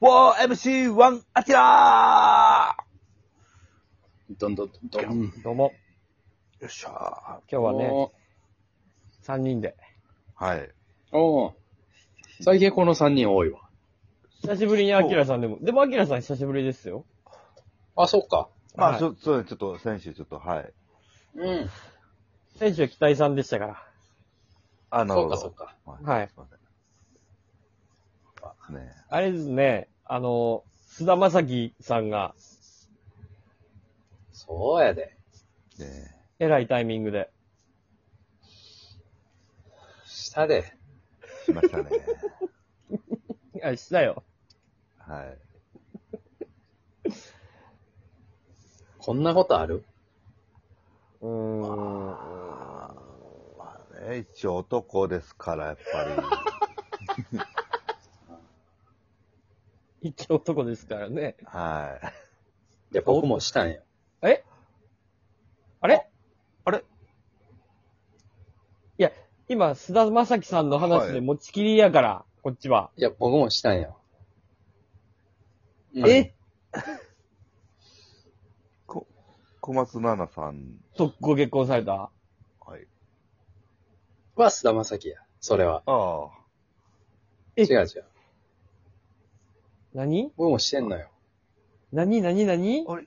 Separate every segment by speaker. Speaker 1: 4MC1 アキラ
Speaker 2: どんどんど
Speaker 1: ー
Speaker 2: んどん。
Speaker 1: よ
Speaker 3: どうも、
Speaker 1: っしゃ
Speaker 3: 今日はね、
Speaker 2: お
Speaker 3: 3人で。
Speaker 1: ー。はい。
Speaker 2: ーおー最近この3人多いわ。
Speaker 3: 久しぶりにアキラさんでも、でもアキラさん久しぶりですよ。
Speaker 2: あ、そっか。
Speaker 4: まあ、
Speaker 3: はい
Speaker 4: ちょ、そうね、ちょっと、選手、ちょっと、はい。
Speaker 2: うん。
Speaker 3: 選手は期待さんでしたから。
Speaker 4: あ、なる
Speaker 2: そっ
Speaker 4: ほど。
Speaker 2: かそっか。
Speaker 3: はい
Speaker 4: すいません。ね
Speaker 3: あれですね、あの、菅田将暉さんが、
Speaker 2: そうやで。
Speaker 4: え。ね
Speaker 3: えらいタイミングで。
Speaker 2: したで。
Speaker 4: え。しましたね。
Speaker 3: いや、したよ。
Speaker 4: はい。
Speaker 2: こんなことある
Speaker 3: うーん。
Speaker 4: まあね、一応男ですから、やっぱ
Speaker 3: 一応男ですからね
Speaker 4: り。。はい。
Speaker 2: いや、僕もしたんよ。
Speaker 3: えあれ
Speaker 4: あれ
Speaker 3: いや、今、菅田将暉さんの話
Speaker 4: は
Speaker 3: で
Speaker 4: い
Speaker 3: 持ちきりやから、こっちは。
Speaker 2: いや、僕もしたんよ。うん
Speaker 3: え
Speaker 4: こ、小松菜奈さん、
Speaker 3: とっご結婚された
Speaker 4: はい。
Speaker 2: は菅田将暉や。それは。
Speaker 4: あ
Speaker 3: え
Speaker 2: 違う違う。
Speaker 3: 何
Speaker 2: 僕もしてんのよ。
Speaker 3: 何何何
Speaker 4: あれ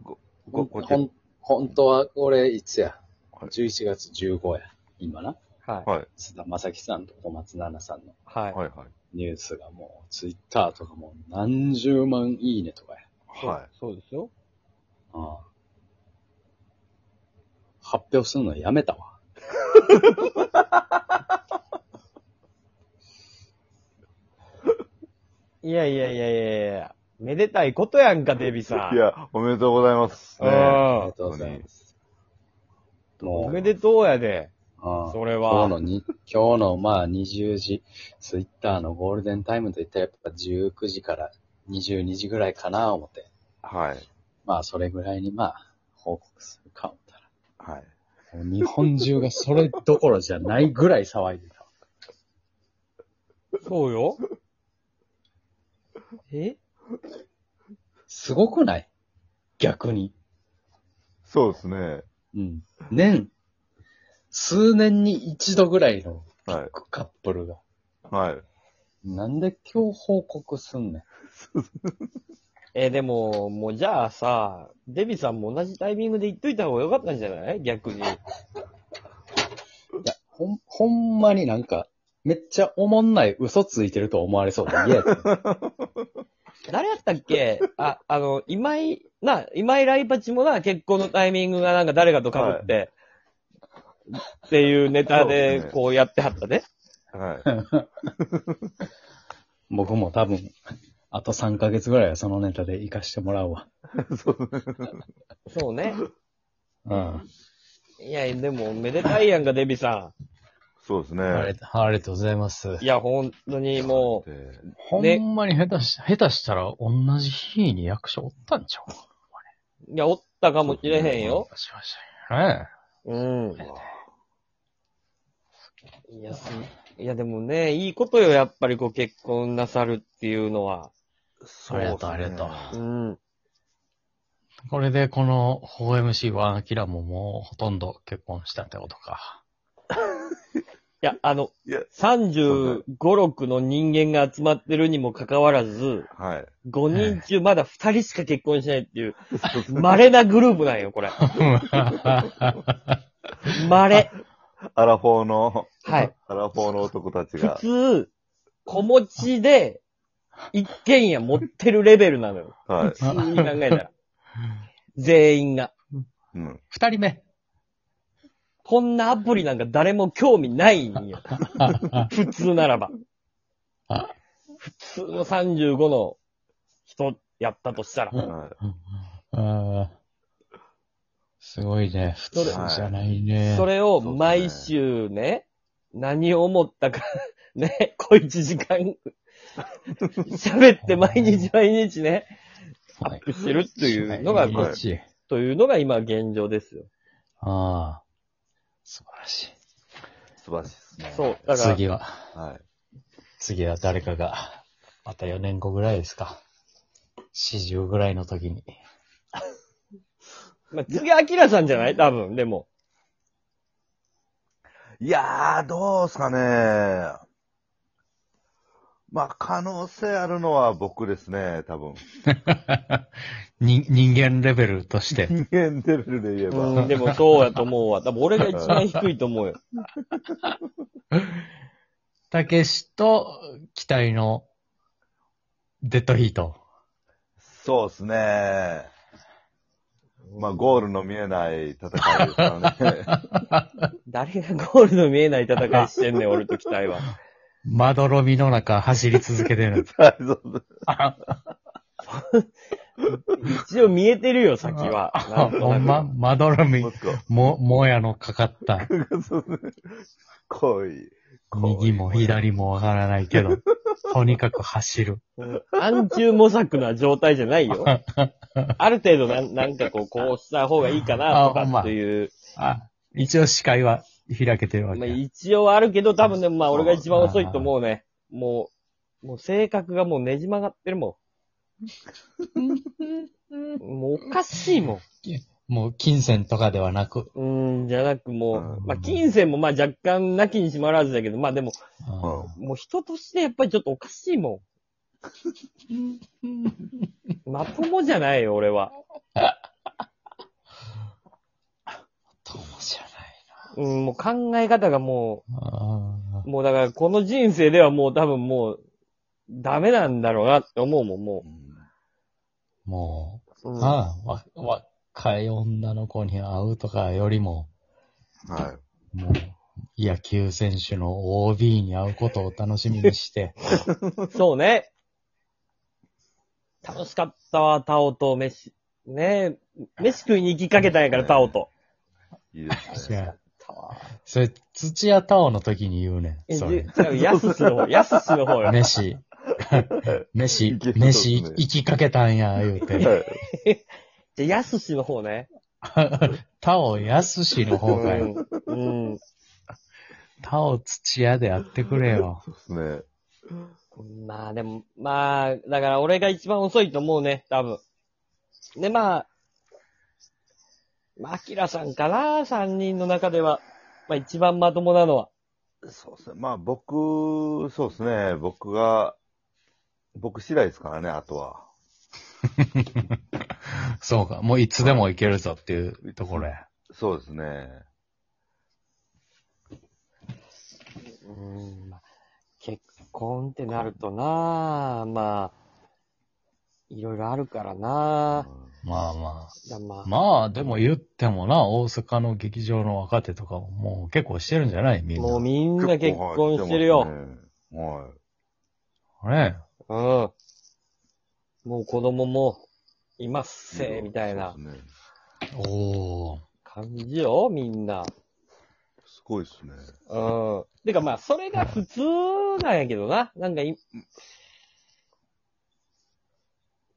Speaker 4: ご、ご、
Speaker 2: ほん
Speaker 4: ご、
Speaker 2: ほん本当は俺、いつや。
Speaker 4: はい
Speaker 2: 11月15や。今な。
Speaker 3: はい。
Speaker 4: はい。
Speaker 2: 菅田将暉さんと小松菜奈さんの
Speaker 3: はい。
Speaker 4: はい、はい。
Speaker 2: ニュースがもう、ツイッターとかもう何十万いいねとかや。
Speaker 4: はい。
Speaker 3: そうですよ。
Speaker 2: ああ発表するのやめたわ。
Speaker 3: いやいやいやいやいや。めでたいことやんか、デビさん。
Speaker 4: いや、おめでとうございます。
Speaker 3: うん、
Speaker 4: ね
Speaker 2: ありがとうございます。も
Speaker 3: お
Speaker 2: う、
Speaker 3: めでとうやで。
Speaker 2: ああ
Speaker 3: それ
Speaker 2: 今日
Speaker 3: は。
Speaker 2: のに、今日のまあ20時、ツイッターのゴールデンタイムといったらやっぱ19時から22時ぐらいかな思って、
Speaker 4: はい。
Speaker 2: まあそれぐらいにまあ報告するか思った
Speaker 4: はい。
Speaker 2: ら、もう日本中がそれどころじゃないぐらい騒いでた。
Speaker 3: そうよ。え
Speaker 2: すごくない逆に。
Speaker 4: そうですね。
Speaker 2: うん。年、数年に一度ぐらいの
Speaker 4: はい。
Speaker 2: カップルが。
Speaker 4: はい。
Speaker 2: なんで今日報告すんねん。
Speaker 3: え、でも、もうじゃあさ、デビさんも同じタイミングで言っといた方がよかったんじゃない逆に。
Speaker 2: いや、ほん、ほんまになんか、めっちゃおもんない嘘ついてると思われそうで嫌や った。
Speaker 3: 誰やったっけあ、あの、今井、な、今井ライパチもな、結婚のタイミングがなんか誰かと被って、っていうネタ
Speaker 4: そう
Speaker 3: で
Speaker 4: で、すね
Speaker 3: こうやってはったね。
Speaker 4: はい。
Speaker 2: 僕も多分、あと3ヶ月ぐらいはそのネタで活かしてもらうわ。
Speaker 3: そうね。
Speaker 2: うん。
Speaker 3: いや、でも、めでたいやんか、デビさ
Speaker 4: そうですね。
Speaker 2: ありありがとうございます
Speaker 3: ん。い。や、本当にもう、
Speaker 4: で
Speaker 2: ほんまに下手し、下手したら同じ日に役所おったんちゃう
Speaker 3: いや、おったかもしれへんよ。
Speaker 2: しましたよね。
Speaker 3: う
Speaker 4: う
Speaker 3: ん。
Speaker 4: わ
Speaker 3: いや、すいやでもね、いいことよ、やっぱりご結婚なさるっていうのは。
Speaker 4: そう
Speaker 5: ありがとうありがとう
Speaker 3: うん。
Speaker 5: これでこの 4MC1 アキラももうほとんど結婚したってこと か。
Speaker 3: いや、あの、
Speaker 4: いや
Speaker 3: 35、6の人間が集まってるにもかかわらず、
Speaker 4: う。はい。
Speaker 3: 5人中まだ2人しか結婚しないっていう、稀なグループなんよ、これ。稀。
Speaker 4: アラフォーの、
Speaker 3: はい。
Speaker 4: アラフォーの男たち
Speaker 3: 普
Speaker 4: が。
Speaker 3: 通、子持ちで、一軒家持ってるレベルなのよ。
Speaker 4: はい。
Speaker 3: 普通に考えたら。全員が。
Speaker 4: うん。
Speaker 5: 二人 目。
Speaker 3: こんなアプリなんか誰も興味ないん よ。普通ならば。普通の35の人やったとしたら。
Speaker 4: は
Speaker 5: うんすごいね。普通じゃないね。
Speaker 3: それを毎週ね、何を思ったか、 ね、小一時間、 喋って毎日毎日ね、アップしてるっていうのが、
Speaker 4: はい
Speaker 5: 嬉しい。
Speaker 3: というのが今現状ですよ。
Speaker 5: ああ。素晴らしい。
Speaker 4: い。素晴らしいですね。
Speaker 3: そう。だから、
Speaker 5: 次は。
Speaker 4: はい。
Speaker 2: 次は誰かが、また4年後ぐらいですか。40ぐらいの時に。
Speaker 3: まあ、次、アキラさんじゃない多分、でも。
Speaker 4: いやー、どうすかね。まあ、可能性あるのは僕ですね、多分。
Speaker 2: に人間レベルとして。
Speaker 4: 人間レベルで言えば。
Speaker 3: うん、でもそうやと思うわ。多分俺が一番低いと思うよ。
Speaker 2: たけしと、期待の、デッドヒート。
Speaker 4: そうですね。まあ、ゴールの見えない戦いですからね。
Speaker 3: 誰がゴールの見えない戦いしてんねん、俺と期待は。
Speaker 2: まどろみの中走り続けて るやつ
Speaker 4: はいそうです
Speaker 3: 一応見えてるよ、先は。
Speaker 2: あほんま、まどろみ、
Speaker 4: 息子
Speaker 2: も、もやのかかった。
Speaker 4: こい。
Speaker 2: 右も左もわからないけ ど、とにかく走る。
Speaker 3: 暗中模索な状態じゃないよ。ある程度なん、なんかこう、こうした方がいいかな、と
Speaker 2: あほん
Speaker 3: か
Speaker 2: ま
Speaker 3: っていう。
Speaker 2: あ、一応視界は開けてるわ
Speaker 3: まあ、
Speaker 2: けや。
Speaker 3: 一応あるけど、多分ね、まあ、俺が一番遅いと思うね。もう、もう性格がもうねじ曲がってるもん。もうおかしいも
Speaker 2: もう金銭とかではなく。
Speaker 3: ん。うーん、じゃなくも
Speaker 2: う
Speaker 3: う、
Speaker 2: ん
Speaker 3: まあ、金銭もまあ若干なきにしまらずだけど、まあでも、
Speaker 2: あ
Speaker 3: もう人としてやっぱりちょっとおかしい もん。まともじゃないよ、俺は。
Speaker 2: ともじゃ
Speaker 3: うん、もう考え方がも
Speaker 2: ないな。
Speaker 3: う、もうだからこの人生ではもう多分もう、ダメなんだろうなって思うもん、も
Speaker 2: も
Speaker 3: う。
Speaker 2: う、
Speaker 3: うん
Speaker 2: ああわ、若い女の子に会うとかよりも、
Speaker 4: はい。
Speaker 2: もう、野球選手の OB に会うことを楽しみに して、
Speaker 3: そうね。楽しかったわ、タオと飯。ねえ、飯食いに行きかけたんやから、タオと。
Speaker 4: いいです
Speaker 2: い
Speaker 4: ね。
Speaker 2: やそれ、土屋太鳳の時に言うねん。
Speaker 3: え、じ
Speaker 2: そ
Speaker 3: 違
Speaker 2: れ。
Speaker 3: う、やすしの方、やすしの方よ。
Speaker 2: 飯、飯
Speaker 4: いけ、そうっす
Speaker 2: 飯、
Speaker 4: ね
Speaker 2: 行きかけたんや、言うて。
Speaker 4: はい
Speaker 3: じゃ、やすしの方ね。
Speaker 2: タオやすしの方がよ。
Speaker 3: うん。うん
Speaker 2: タオ土屋でやってくれよ。
Speaker 4: そうですね。
Speaker 3: まあでも、まあ、だから俺が一番遅いと思うね、多分。で、まあ、まあ、アキラさんかな、三人の中では。まあ一番まともなのは。
Speaker 4: そうですね。まあ僕、そうですね。僕が、僕次第ですからね、あとは。
Speaker 2: そうか、もういつでも行けるぞっていうところや。
Speaker 4: そうですね。
Speaker 3: うんまあ結婚ってなるとなあまあ、いろいろあるからなあ
Speaker 2: まあま
Speaker 3: だま
Speaker 2: あ。
Speaker 3: あ、
Speaker 2: まあ、でも言ってもな、大阪の劇場の若手とかももう結構してるんじゃないみん
Speaker 3: もう
Speaker 2: な。
Speaker 3: みんな結婚してるよ。
Speaker 4: 結構はい。
Speaker 2: ね
Speaker 3: うん。もう子供もいます
Speaker 4: してますねはい
Speaker 3: せ、みたいな
Speaker 4: そうですね
Speaker 2: おー。
Speaker 3: 感じよ、みんな。
Speaker 4: すごいですね。
Speaker 3: うん。てかまあ、それが普通なんやけどな。なんかい、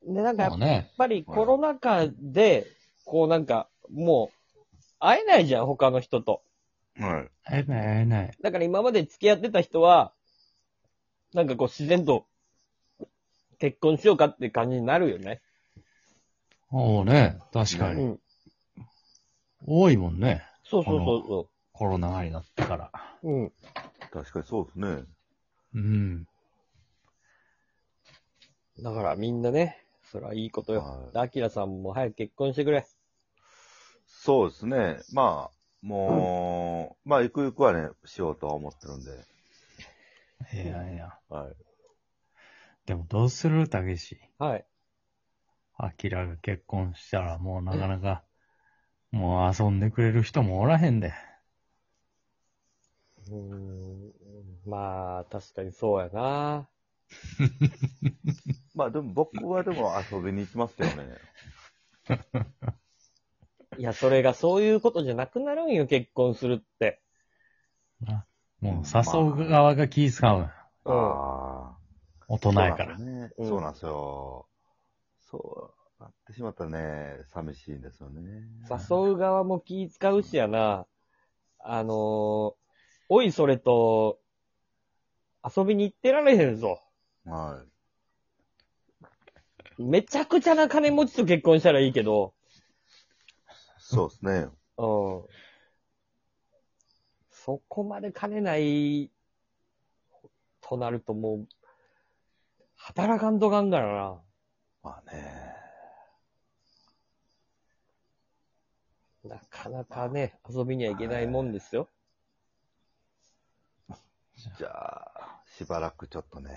Speaker 3: で、なんかやっ
Speaker 2: そうね。
Speaker 3: やっぱりコロナ禍で、こうなんか、もう、会えないじゃん、他の人と。
Speaker 4: はい。
Speaker 2: 会えない会えない。
Speaker 3: だから今まで付き合ってた人は、なんかこう自然と、結婚しようかって感じになるよね。
Speaker 2: おうね。確か
Speaker 3: う
Speaker 2: に。
Speaker 3: ん。
Speaker 2: 多いもんね。
Speaker 3: そうそうそうそ
Speaker 2: コロナ禍になってから。
Speaker 3: う。うん。
Speaker 4: 確かにそうですね。
Speaker 2: うん。
Speaker 3: だからみんなね、それはいいことよ。
Speaker 4: はい
Speaker 3: アキラさんも早く結婚してくれ。
Speaker 4: そうですね。まあ、もう、まあ、ゆくゆくはね、しようとは思ってるんで。
Speaker 2: いやいや。
Speaker 4: はい。
Speaker 2: でもどうするたけし。
Speaker 3: はい。
Speaker 2: アキラが結婚したらもうなかなか、もう遊んでくれる人もおらへんで。
Speaker 3: うーん。まあ、確かにそうやな。
Speaker 4: まあ、でも僕はでも遊びに行きますよね。
Speaker 3: いや、それがそういうことじゃなくなるんよ、結婚するって。
Speaker 2: なもう誘う側が気使う。
Speaker 3: うん。
Speaker 4: ああ。
Speaker 2: 大人やから。
Speaker 4: そうなんです
Speaker 3: うん
Speaker 4: ね。そうなんですよ。そう、なってしまったらね、寂しいんですよね。
Speaker 3: 誘う側も気使うしやな。あのーおいそれと、遊びに行ってられへんぞ。
Speaker 4: は
Speaker 3: めちゃくちゃな金持ちと結婚したらいいけど、
Speaker 4: い。そうですね。
Speaker 3: うん。そこまで金ない、となるともう、働かんとかんからな。
Speaker 4: まあね。
Speaker 3: なかなかね、遊びにはいけないもんですよ。
Speaker 4: じゃあ、しばらくちょっとね、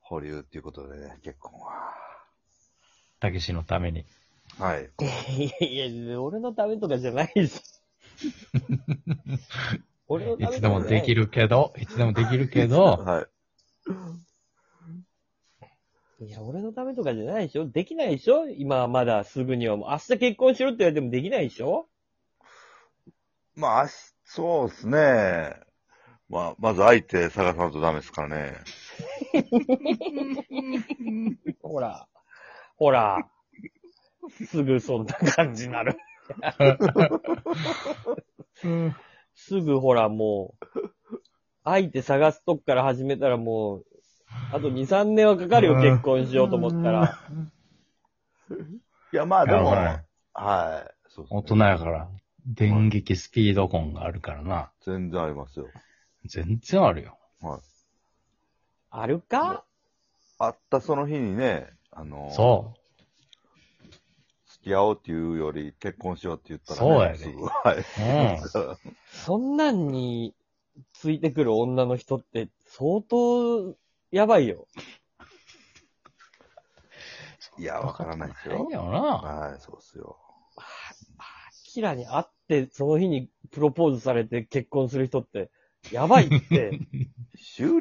Speaker 4: 保留っていうことでね、結婚は。
Speaker 2: たけしのために。
Speaker 4: はい。
Speaker 3: いやいや、俺のためとかじゃない です。俺の
Speaker 2: い
Speaker 3: ため
Speaker 2: つ
Speaker 3: とかじ
Speaker 2: で
Speaker 3: ゃない
Speaker 2: もできるけど、いつでもできるけど、
Speaker 4: はい。
Speaker 3: いや、俺のためとかじゃないでしょできないでしょ今はまだすぐにはもう。明日結婚しろって言われてもできないでしょ
Speaker 4: まあ、あしそうですね。まあ、まず相手探さないとダメですからね。
Speaker 3: ほら。ほら。すぐそんな感じになる。すぐほらもう、相手探すとこから始めたらもう、あと2、3年はかかるよ、結婚しようと思ったら。
Speaker 4: いや、まあでも、
Speaker 2: いや
Speaker 4: はい。そうっすね
Speaker 2: 大人やから、電撃スピード婚があるからな。
Speaker 4: 全然ありますよ。
Speaker 2: 全然あるよ。
Speaker 4: はい。
Speaker 3: あるか
Speaker 4: 会ったその日にね、あの、
Speaker 2: そ
Speaker 4: 付き合おうっていうより結婚しようって言ったら、
Speaker 2: そうやね
Speaker 4: すぐはい。
Speaker 2: う。うん。
Speaker 3: そんなんについてくる女の人って相当やばいよ。
Speaker 4: いや、わからないですよ
Speaker 2: いい。よな。
Speaker 4: はい、そうっすよ。
Speaker 3: キラに会って、その日にプロポーズされて結婚する人って、やばいって。
Speaker 4: 終了